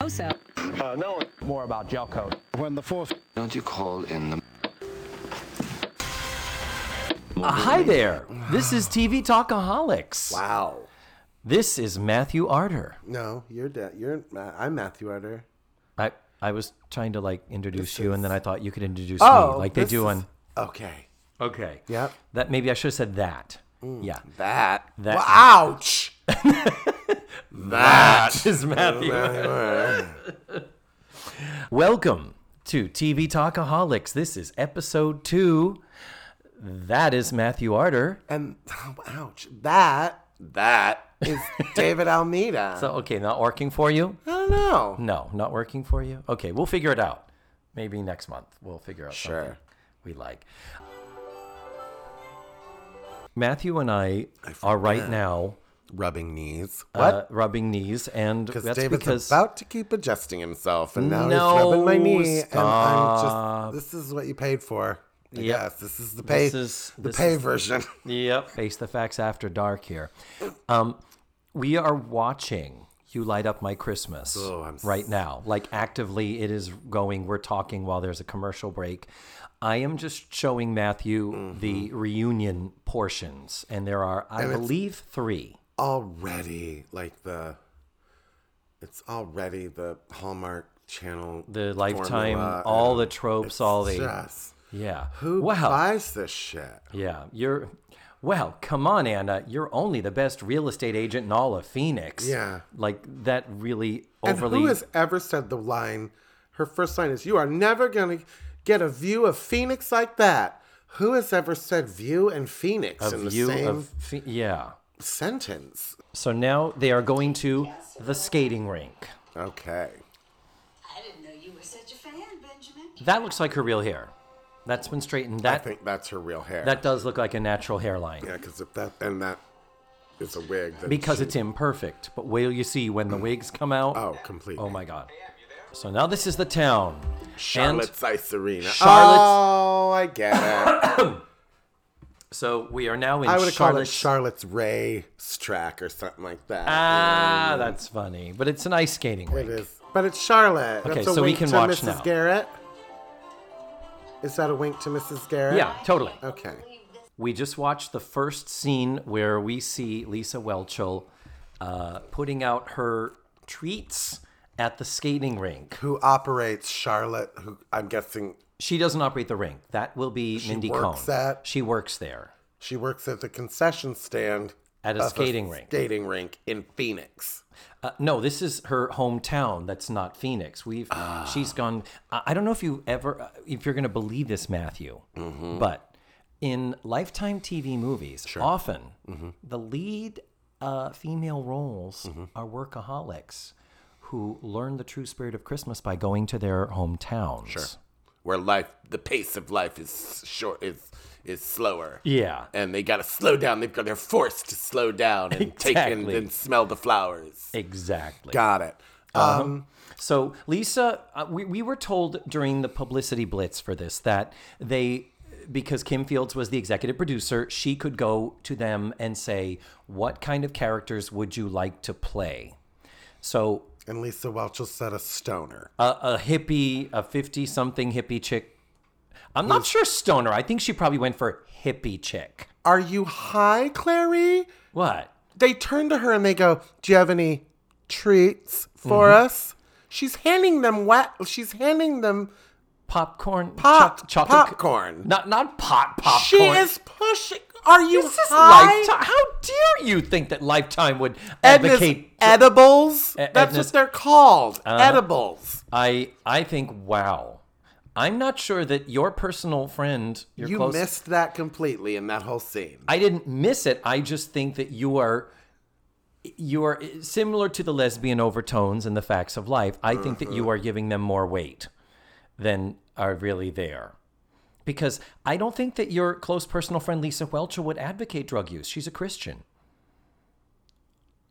Soso. Uh, no, More about gel coat. When the force Don't you call in the Uh, hi there. This is TV Talkaholics. Wow. This is Matthew Arter. No, you're da- you're Ma- I'm Matthew Arter. I I was trying to like introduce you, and then I thought you could introduce Oh, me, like they this do is- on. Okay. Okay. Mm. Yep. That maybe I should have said that. Yeah. That. That- Well, ouch. That is Matthew. Welcome to TV Talkaholics. This is episode two. That is Matthew Arter. And ouch. That that is David Almeida. So okay, not working for you? I don't know. No, not working for you. Okay, we'll figure it out. Maybe next month we'll figure out Sure. something we like. Matthew and I, are right now Rubbing knees. Uh, What? rubbing knees, and Because that's David's because about to keep adjusting himself, and now he's No, rubbing my knee, stop. and I'm just. This is what you paid for. I Yep. guess this is the pay. This is- the this pay is the- version. Yep. Face the facts after dark here. Um, we are watching You Light Up My Christmas Oh, I'm right now. Like actively it is going. We're talking while there's a commercial break. I am just showing Matthew Mm-hmm. the reunion portions, and there are, I believe, three. already like the it's already the Hallmark Channel The lifetime, formula all and the tropes, all the just- yeah. who wow. buys this shit? Yeah, you're. Well, come on, Anna. You're only the best real estate agent in all of Phoenix. Yeah. like that really And overly. who has ever said the line? Her first line is, "You are never gonna get a view of Phoenix like that." Who has ever said "view" and "Phoenix" a in the view same of Phe- yeah. sentence? So now they are going to the skating rink. Okay, I didn't know you were such a fan, Benjamin. That looks like her real hair. That's been straightened. I That think that's her real hair. that does look like a natural hairline yeah, because if that and that is a wig, then because she- it's imperfect. But wait till you see when the wigs come out. Mm. oh, completely. Oh my God. So now this is the town. And Charlotte's Ice Arena. Charlotte's- Oh, I get it. so we are now in I would have called it Charlotte's- Charlotte's Ray Strack or something like that. Ah, that's funny. But it's an ice skating it rink. is. But it's Charlotte. Okay, That's a so we wink can to watch Mrs. now. Garrett. Is that a wink to Mrs. Garrett? Yeah, totally. Okay. We just watched the first scene where we see Lisa Welchel uh, putting out her treats at the skating rink. Who operates Charlotte? Who I'm guessing She doesn't operate the rink. That will be Mindy works Cohn. at- She works there. she works at the concession stand At a of skating rink. Skating rink in Phoenix. Uh, no, this is her hometown. That's not Phoenix. We've she's gone. I I don't know if you ever, uh, if you're going to believe this, Matthew, but in Lifetime TV movies, often the lead uh, female roles are workaholics who learn the true spirit of Christmas by going to their hometowns. Sure. Where life, the pace of life is short, is is slower. Yeah. and they gotta slow down. They've got they're forced to slow down and take and, Exactly. and smell the flowers. Exactly. Got it. Uh-huh. Um, So, Lisa, uh, we, we were told during the publicity blitz for this that they, because Kim Fields was the executive producer, she could go to them and say, What kind of characters would you like to play? So, and Lisa Welchel said a stoner. a, a hippie, a 50 something hippie chick. I'm not sure stoner. I think she probably went for hippie chick. Are you high, Clary? What? They turn to her and they go, "Do you have any treats for Mm-hmm. us?" She's handing them wet. She's handing them Popcorn? pop choc- chocolate- popcorn. Not, not pot popcorn. She is pushing. Are you This is high? Lifetime. How dare you think that Lifetime would Edna's advocate? edibles. E- Uh-huh. That's Edna's- what they're called. edibles. I I think wow. I'm not sure that your personal friend, your You close, missed that completely in that whole scene. I didn't miss it. I just think that you are you are similar to the lesbian overtones and the facts of life. I think that you are giving them more weight than are really there. Because I don't think that your close personal friend Lisa Welcher would advocate drug use. She's a Christian.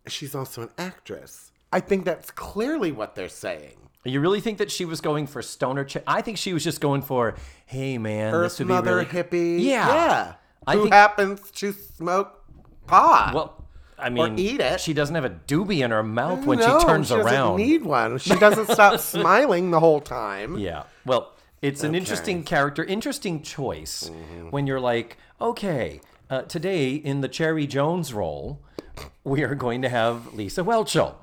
she's also an actress. I think that's clearly what they're saying. You really think that she was going for stoner? Ch- I think she was just going for, hey man, this Earth would mother be really hippie. Yeah. Yeah. I Who think- happens to smoke pot. Well, I mean, eat it. She doesn't have a doobie in her mouth when No, she turns doesn't around. need one. She doesn't stop smiling the whole time. yeah. Well, it's an interesting character, interesting choice when you're like, okay, uh, today in the Cherry Jones role, we are going to have Lisa Welchel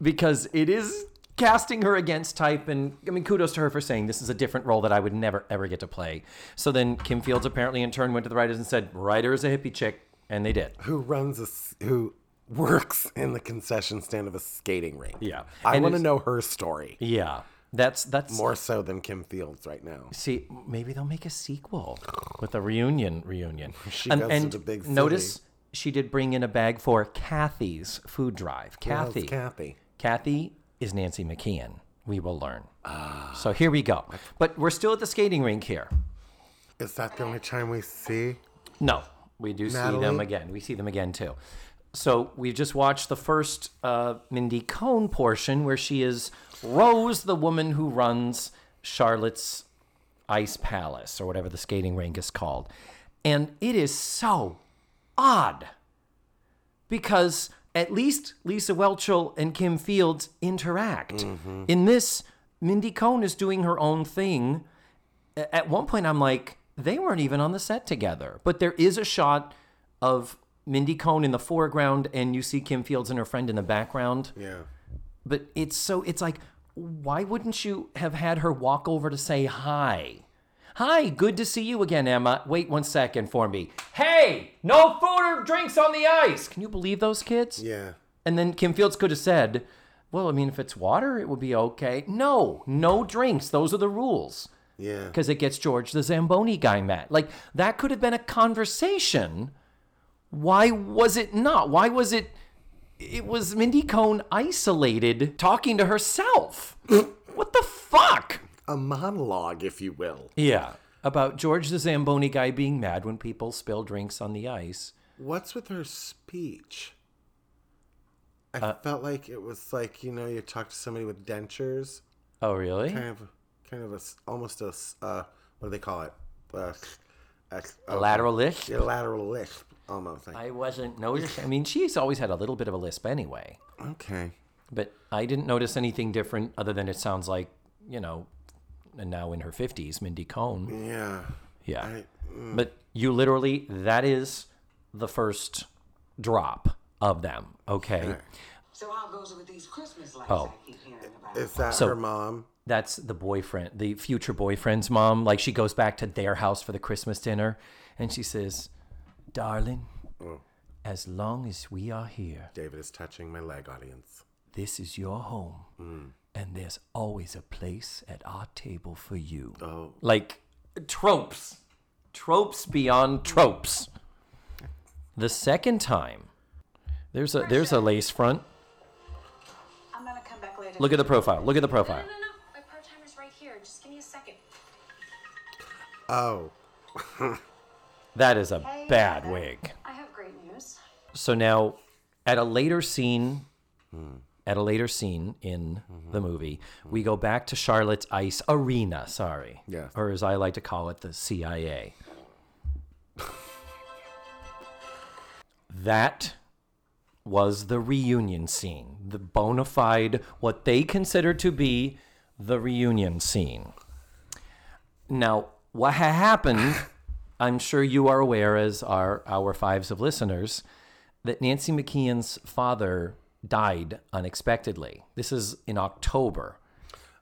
because it is casting her against type and i mean kudos to her for saying this is a different role that i would never ever get to play so then kim fields apparently in turn went to the writers and said writer is a hippie chick and they did Who runs a s who works in the concession stand of a skating rink? Yeah. I And want to it's- know her story yeah that's that's more so than Kim Fields right now. See, maybe they'll make a sequel with a reunion. Reunion. She goes to the big city. notice she did bring in a bag for Kathy's food drive. How's Kathy. Kathy. Kathy is Nancy McKeon. We will learn. Ah. so here we go. But we're still at the skating rink here. Is that the only time we see? No, we do see them Natalie? again. We see them again too. So we just watched the first uh, Mindy Cohn portion where she is Rose, the woman who runs Charlotte's Ice Palace or whatever the skating rink is called, and it is so odd because at least Lisa Welchel and Kim Fields interact. In this, Mindy Cohn is doing her own thing at one point I'm like, they weren't even on the set together. But there is a shot of Mindy Cohn in the foreground and you see Kim Fields and her friend in the background. Yeah. But it's so it's like, why wouldn't you have had her walk over to say hi? Hi, good to see you again, Emma. Wait one second for me. Hey, no food or drinks on the ice. Can you believe those kids? Yeah. And then Kim Fields could have said, Well, I mean, if it's water, it would be okay. No, no drinks. Those are the rules Yeah. because it gets George the Zamboni guy mad. Like that could have been a conversation. Why was it not? Why was it? It was Mindy Cohn isolated talking to herself. what the fuck? A monologue, if you will. Yeah, about George the Zamboni guy being mad when people spill drinks on the ice. What's with her speech? I Uh, felt like it was like you know you talk to somebody with dentures, Oh, really? kind of, kind of a s- almost a s- uh, what do they call it? Uh, a, A lateral lift. a lateral lisp, almost. Like, I wasn't noticing. I mean, she's always had a little bit of a lisp anyway. okay, But I didn't notice anything different other than it sounds like, you know, and now in her 50s, Mindy Cohn. yeah, Yeah. I, But you literally, that is the first drop of them. Okay. So how goes it with these Christmas lights Oh. I keep hearing about? is that So- her mom? That's the boyfriend, the future boyfriend's mom. Like she goes back to their house for the Christmas dinner and she says, Darling, as long as we are here, David is touching my leg, audience. this is your home. And there's always a place at our table for you. Oh, like tropes, tropes beyond tropes. The second time, there's a there's a lace front. I'm gonna come back later. Look at the profile. Look at the No, profile. no, no, no. My part timer's right here. Just give me a second. oh, That is a bad wig. I have great news. So now, at a later scene, at a later scene in the movie, we go back to Charlotte's Ice Arena. Sorry, Yes. or as I like to call it, the CIA. that was the reunion scene, the bona fide, what they consider to be the reunion scene. Now, what ha- happened, I'm sure you are aware, as are our fives of listeners, that Nancy McKeon's father died unexpectedly. This is in October.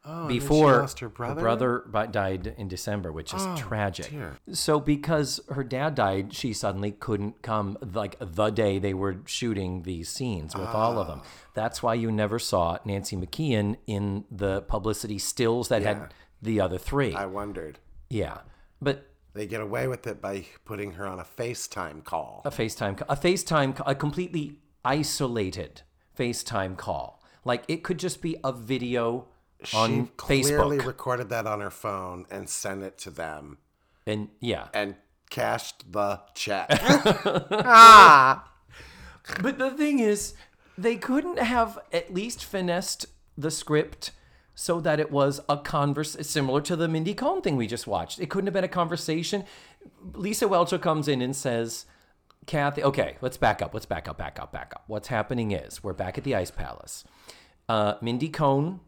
oh, Before she lost her brother. bi- died in December, which is Oh, tragic. So because her dad died, she suddenly couldn't come like the day they were shooting these scenes with all of them. Ah. That's why you never saw Nancy McKeon in the publicity stills that had the other three. I wondered. yeah. But They get away with it by putting her on a FaceTime call. a FaceTime, ca- a FaceTime, ca- a completely isolated FaceTime call. Like it could just be a video on Clearly Facebook, recorded that on her phone and sent it to them and yeah. and cashed the check. But the thing is, they couldn't have at least finessed the script so that it was a converse similar to the Mindy Cohn thing we just watched. It couldn't have been a conversation. Lisa Welchel comes in and says, Kathy, okay, let's back up. Let's back up, back up, back up. What's happening is we're back at the Ice Palace. Uh, Mindy Cohn,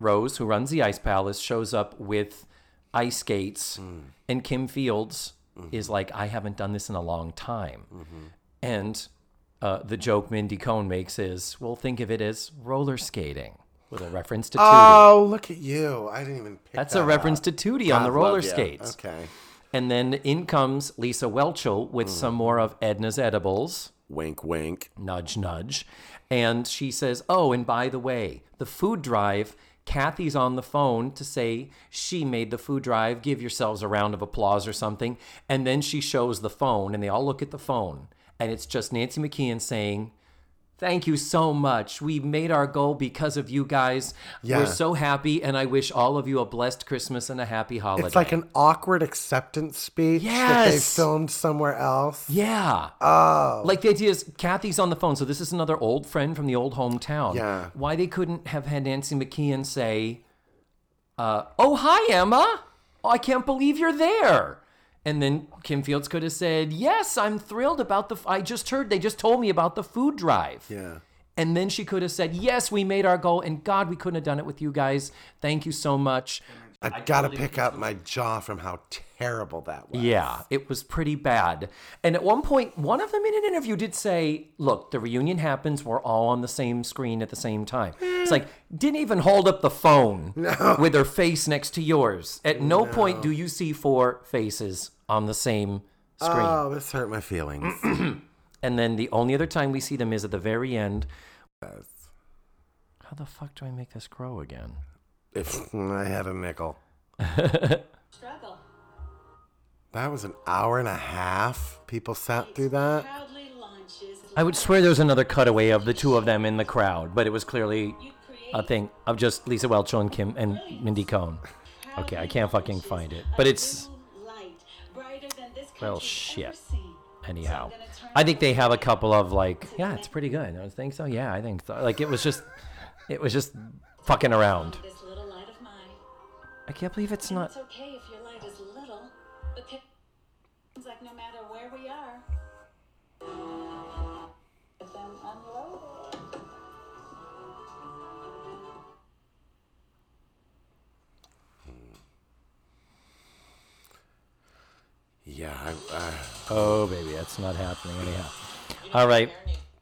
Rose, who runs the Ice Palace, shows up with ice skates, Mm. and Kim Fields Mm-hmm. is like, I haven't done this in a long time. And uh, the joke Mindy Cohn makes is, well, think of it as roller skating with a reference to Tootie. Oh, look at you. I didn't even pick That's that a reference to Tootie on the up. roller Love ya. skates. Okay. And then in comes Lisa Welchel with Hmm. some more of Edna's edibles, Wink, wink. nudge, nudge. And she says, Oh, and by the way, the food drive, Kathy's on the phone to say she made the food drive. Give yourselves a round of applause or something. And then she shows the phone, and they all look at the phone. And it's just Nancy McKeon saying, Thank you so much. We made our goal because of you guys. Yeah. We're so happy, and I wish all of you a blessed Christmas and a happy holiday. It's like an awkward acceptance speech that they Yes. filmed somewhere else. Yeah. Oh. Like the idea is Kathy's on the phone, so this is another old friend from the old hometown. Yeah. Why they couldn't have had Nancy McKeon say, uh, "Oh hi Emma, oh, I can't believe you're there," and then Kim Fields could have said, "Yes, I'm thrilled about the. F- I just heard they just told me about the food drive." Yeah. And then she could have said, "Yes, we made our goal, and God, we couldn't have done it with you guys. Thank you so much." I gotta pick up my jaw from how terrible that was. Yeah, it was pretty bad. And at one point, one of them in an interview did say, Look, the reunion happens, we're all on the same screen at the same time. It's like, didn't even hold up the phone with her face next to yours. At no, point do you see four faces on the same screen. Oh, this hurt my feelings. and then the only other time we see them is at the very end. How the fuck do I make this grow again? if I had a nickel. Struggle. That was an hour and a half. People sat through that. Proudly launches. I would swear there was another cutaway of the two of them in the crowd, but it was clearly You create a thing of just Lisa Welch and Kim and Mindy Cohn. Okay, I can't fucking launches find it, a but it's new light, brighter than this Well, country's ever shit. seen. anyhow. I think they have a couple of like, yeah, it's pretty good. I was think so. Yeah, I think so. Like it was just, it was just fucking around. This little light of mine. I can't believe it's And not. It's okay if your light is little, because it's like no matter where we are. But then unload. Yeah, I, I, Oh baby, that's not happening anyhow. All right,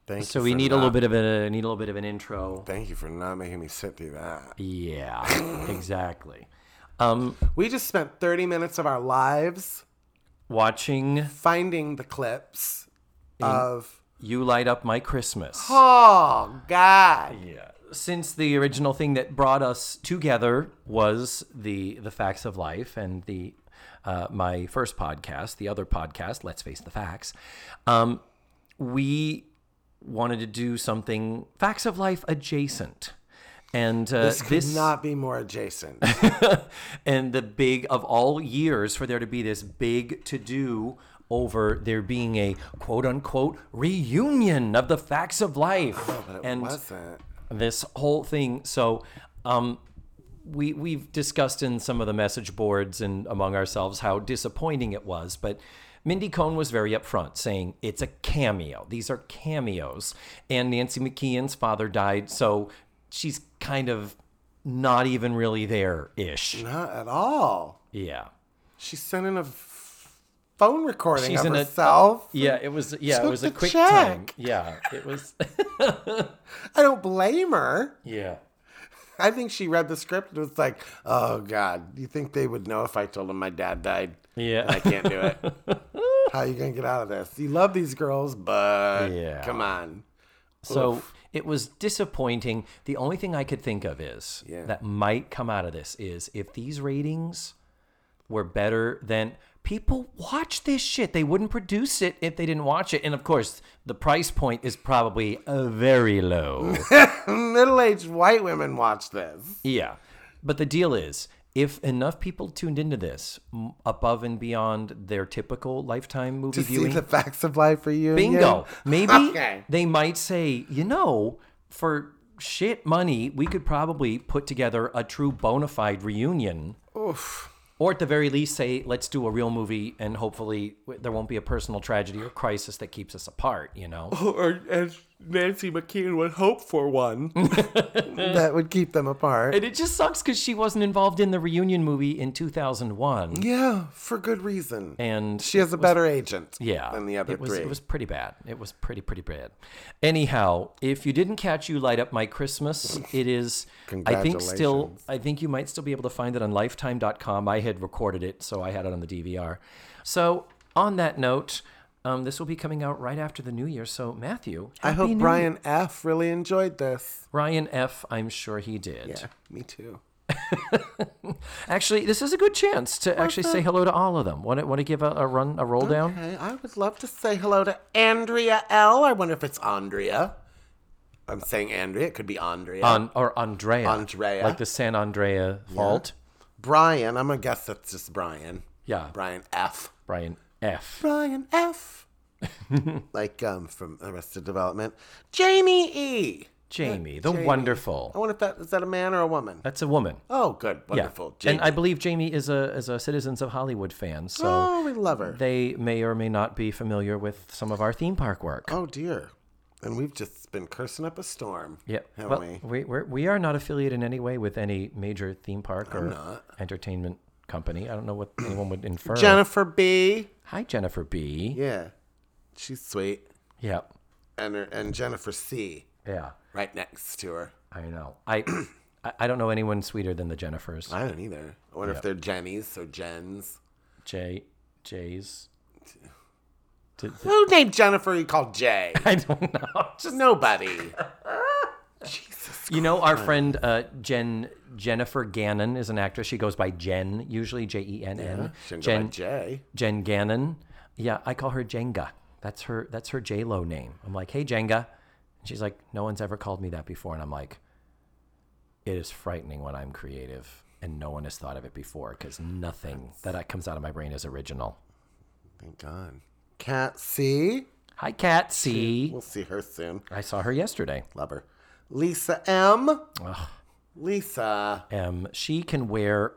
Thank so you we for need a not- little bit of a need a little bit of an intro. Thank you for not making me sit through that. Yeah, exactly. Um, We just spent 30 minutes of our lives watching finding the clips of. you light up my Christmas. Oh, God. Yeah. Since the original thing that brought us together was the the facts of life and the uh, my first podcast, the other podcast, Let's Face the Facts, um, we wanted to do something facts of life adjacent, and uh, This could not be more adjacent. and the big of all years for there to be this big to do over there being a quote unquote reunion of the facts of life But it and wasn't. this whole thing. So, um, we we've discussed in some of the message boards and among ourselves how disappointing it was, but Mindy Cohn was very upfront saying it's a cameo. These are cameos, and Nancy McKeon's father died, so she's kind of not even really there ish. Not at all. Yeah. She sent in a f- phone recording She's of in a- Oh, herself. Yeah, it was yeah, it Took was a the quick check. time. Yeah, it was I don't blame her. yeah. I think she read the script and was like, "Oh God, you think they would know if I told them my dad died? Yeah. I can't do it. How you gonna get out of this? You love these girls, but Yeah. come on, So it was disappointing. The only thing I could think of is Yeah. that might come out of this is if these ratings were better than people watch this shit. They wouldn't produce it if they didn't watch it. And of course, the price point is probably uh, very low. middle-aged white women watch this. yeah. But the deal is if enough people tuned into this m- above and beyond their typical lifetime movie To viewing see the facts of life for you. Bingo. Maybe Okay. they might say, you know, for shit money, we could probably put together a true bona fide reunion. Oof. Or at the very least, say, let's do a real movie and hopefully w- there won't be a personal tragedy or crisis that keeps us apart, you know? Or as Nancy McKeon would hope for one. that would keep them apart. And it just sucks because she wasn't involved in the reunion movie in 2001. yeah, for good reason. And she has a better agent yeah, than the other it was, three. It was pretty bad. It was pretty, pretty bad. Anyhow, if you didn't catch You Light Up My Christmas, it is, I think, still, I think you might still be able to find it on lifetime.com. I had recorded it, so I had it on the DVR. So, on that note, um, this will be coming out right after the new year. So, Matthew, I hope happy New- Brian F. really enjoyed this. Ryan F., I'm sure he did. Yeah, me too. Actually, this is a good chance to actually say hello to all of them. Want to, want to give a, a run, a roll down? Okay, I would love to say hello to Andrea L. I wonder if it's Andrea. I'm saying Andrea. It could be Andrea. On, or Andrea. Andrea. Like the San Andrea fault. Brian. I'm going to guess that's just Brian. Yeah. Brian F. Brian F. Brian F. like um, from Arrested Development. Jamie E. Jamie, the I wonderful. wonder if that is that a man or a woman. That's a woman. Oh, good, wonderful. And Jamie. I believe Jamie is a is a Citizens of Hollywood fan, so oh, we love her. they may or may not be familiar with some of our theme park work. Oh dear. And we've just been cursing up a storm. yeah, Haven't well, we? we we're, we are not affiliated in any way with any major theme park or not. entertainment company. I don't know what anyone would infer. Jennifer B. Hi, Jennifer B. Yeah. She's sweet. Yeah, And her, and Jennifer C. yeah, Right next to her. I know. I I- I don't know anyone sweeter than the Jennifers. I don't either. I wonder if they're Jennies or Jens. J J's. Who named Jennifer you called Jay? I don't know. Just Nobody. You know, our friend uh, Jen Jennifer Gannon is an actress. She goes by Jen, usually J E N N. Shouldn't go by Jen Jay. Jen Gannon. Yeah, I call her Jenga. That's her. That's her J Lo name. I'm like, hey Jenga, and she's like, no one's ever called me that before, and I'm like, it is frightening when I'm creative and no one has thought of it before because nothing that comes out of my brain is original. Thank God. Cat C. Hi, Cat C. We'll see her soon. I saw her yesterday. Love her. Lisa M. Lisa. Um, she can wear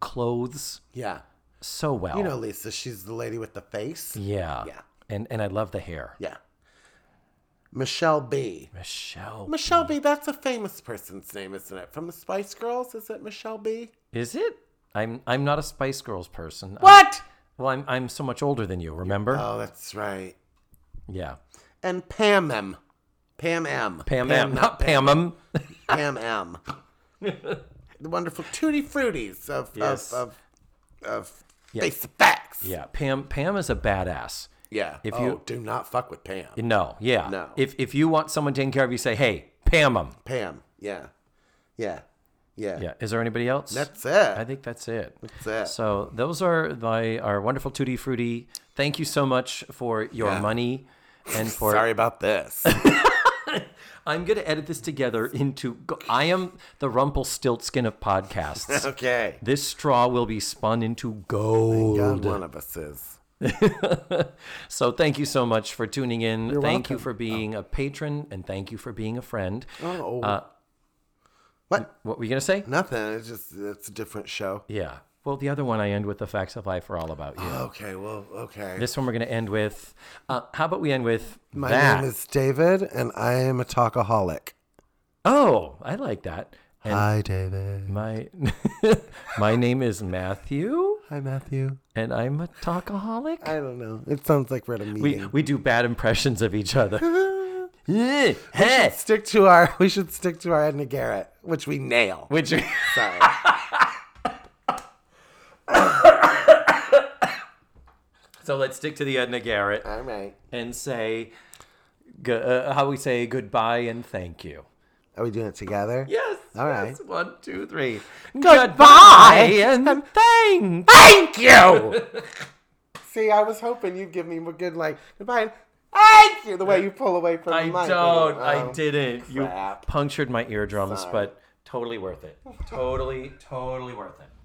clothes Yeah. so well. You know Lisa. She's the lady with the face. Oh. Yeah. Yeah. And and I love the hair. Yeah. Michelle B. Michelle. Michelle B. That's a famous person's name, isn't it? From the Spice Girls, is it Michelle B? Is it? I'm I'm not a Spice Girls person. I'm- What? well, I'm I'm so much older than you, remember? Oh, that's right. yeah. And Pam M. Pam M. Pam M. Not not Pam M. Pam M. the wonderful Tutti Fruities of Yes. of of, of face facts. Yeah. Pam Pam is a badass. Yeah. If oh, you- do not fuck with Pam. No, yeah. No. If if you want someone taking care of you, say, hey, Pam 'em. Pam. Yeah. Yeah. Yeah. Yeah. Is there anybody else? That's it. I think that's it. That's it. So those are my our wonderful Tutti Frutti. Thank you so much for your Yeah. money and for Sorry about this. I'm gonna edit this together into go- I am the Rumpelstiltskin of podcasts. okay. This straw will be spun into gold. God, one of us is. So thank you so much for tuning in. thank you for being a patron and thank you for being a friend. Oh. Uh, what? What were you going to say? Nothing. It's just it's a different show. Yeah. Well, the other one I end with the facts of life are all about you. Okay. Well. Okay. this one we're going to end with uh, how about we end with My that? name is David, and I am a talkaholic. Oh, I like that. And Hi, David. my my name is Matthew Hi, Matthew. and I'm a talkaholic. I don't know. It sounds like we're at a we meeting. we do bad impressions of each other. Eh, should heh. stick to our. We should stick to our Edna Garrett, which we nail. Which Sorry. so let's stick to the Edna Garrett All right. and say g- uh, how we say goodbye and thank you. Are we doing it together? Yes. All right. yes. One, two, three. Goodbye and thank. Thank you. See, I was hoping you'd give me a good like goodbye. and Thank you. The way you pull away from I the mic. don't. I Um, didn't. You Oh crap. punctured my eardrums, Sorry. but totally worth it. Totally, totally worth it.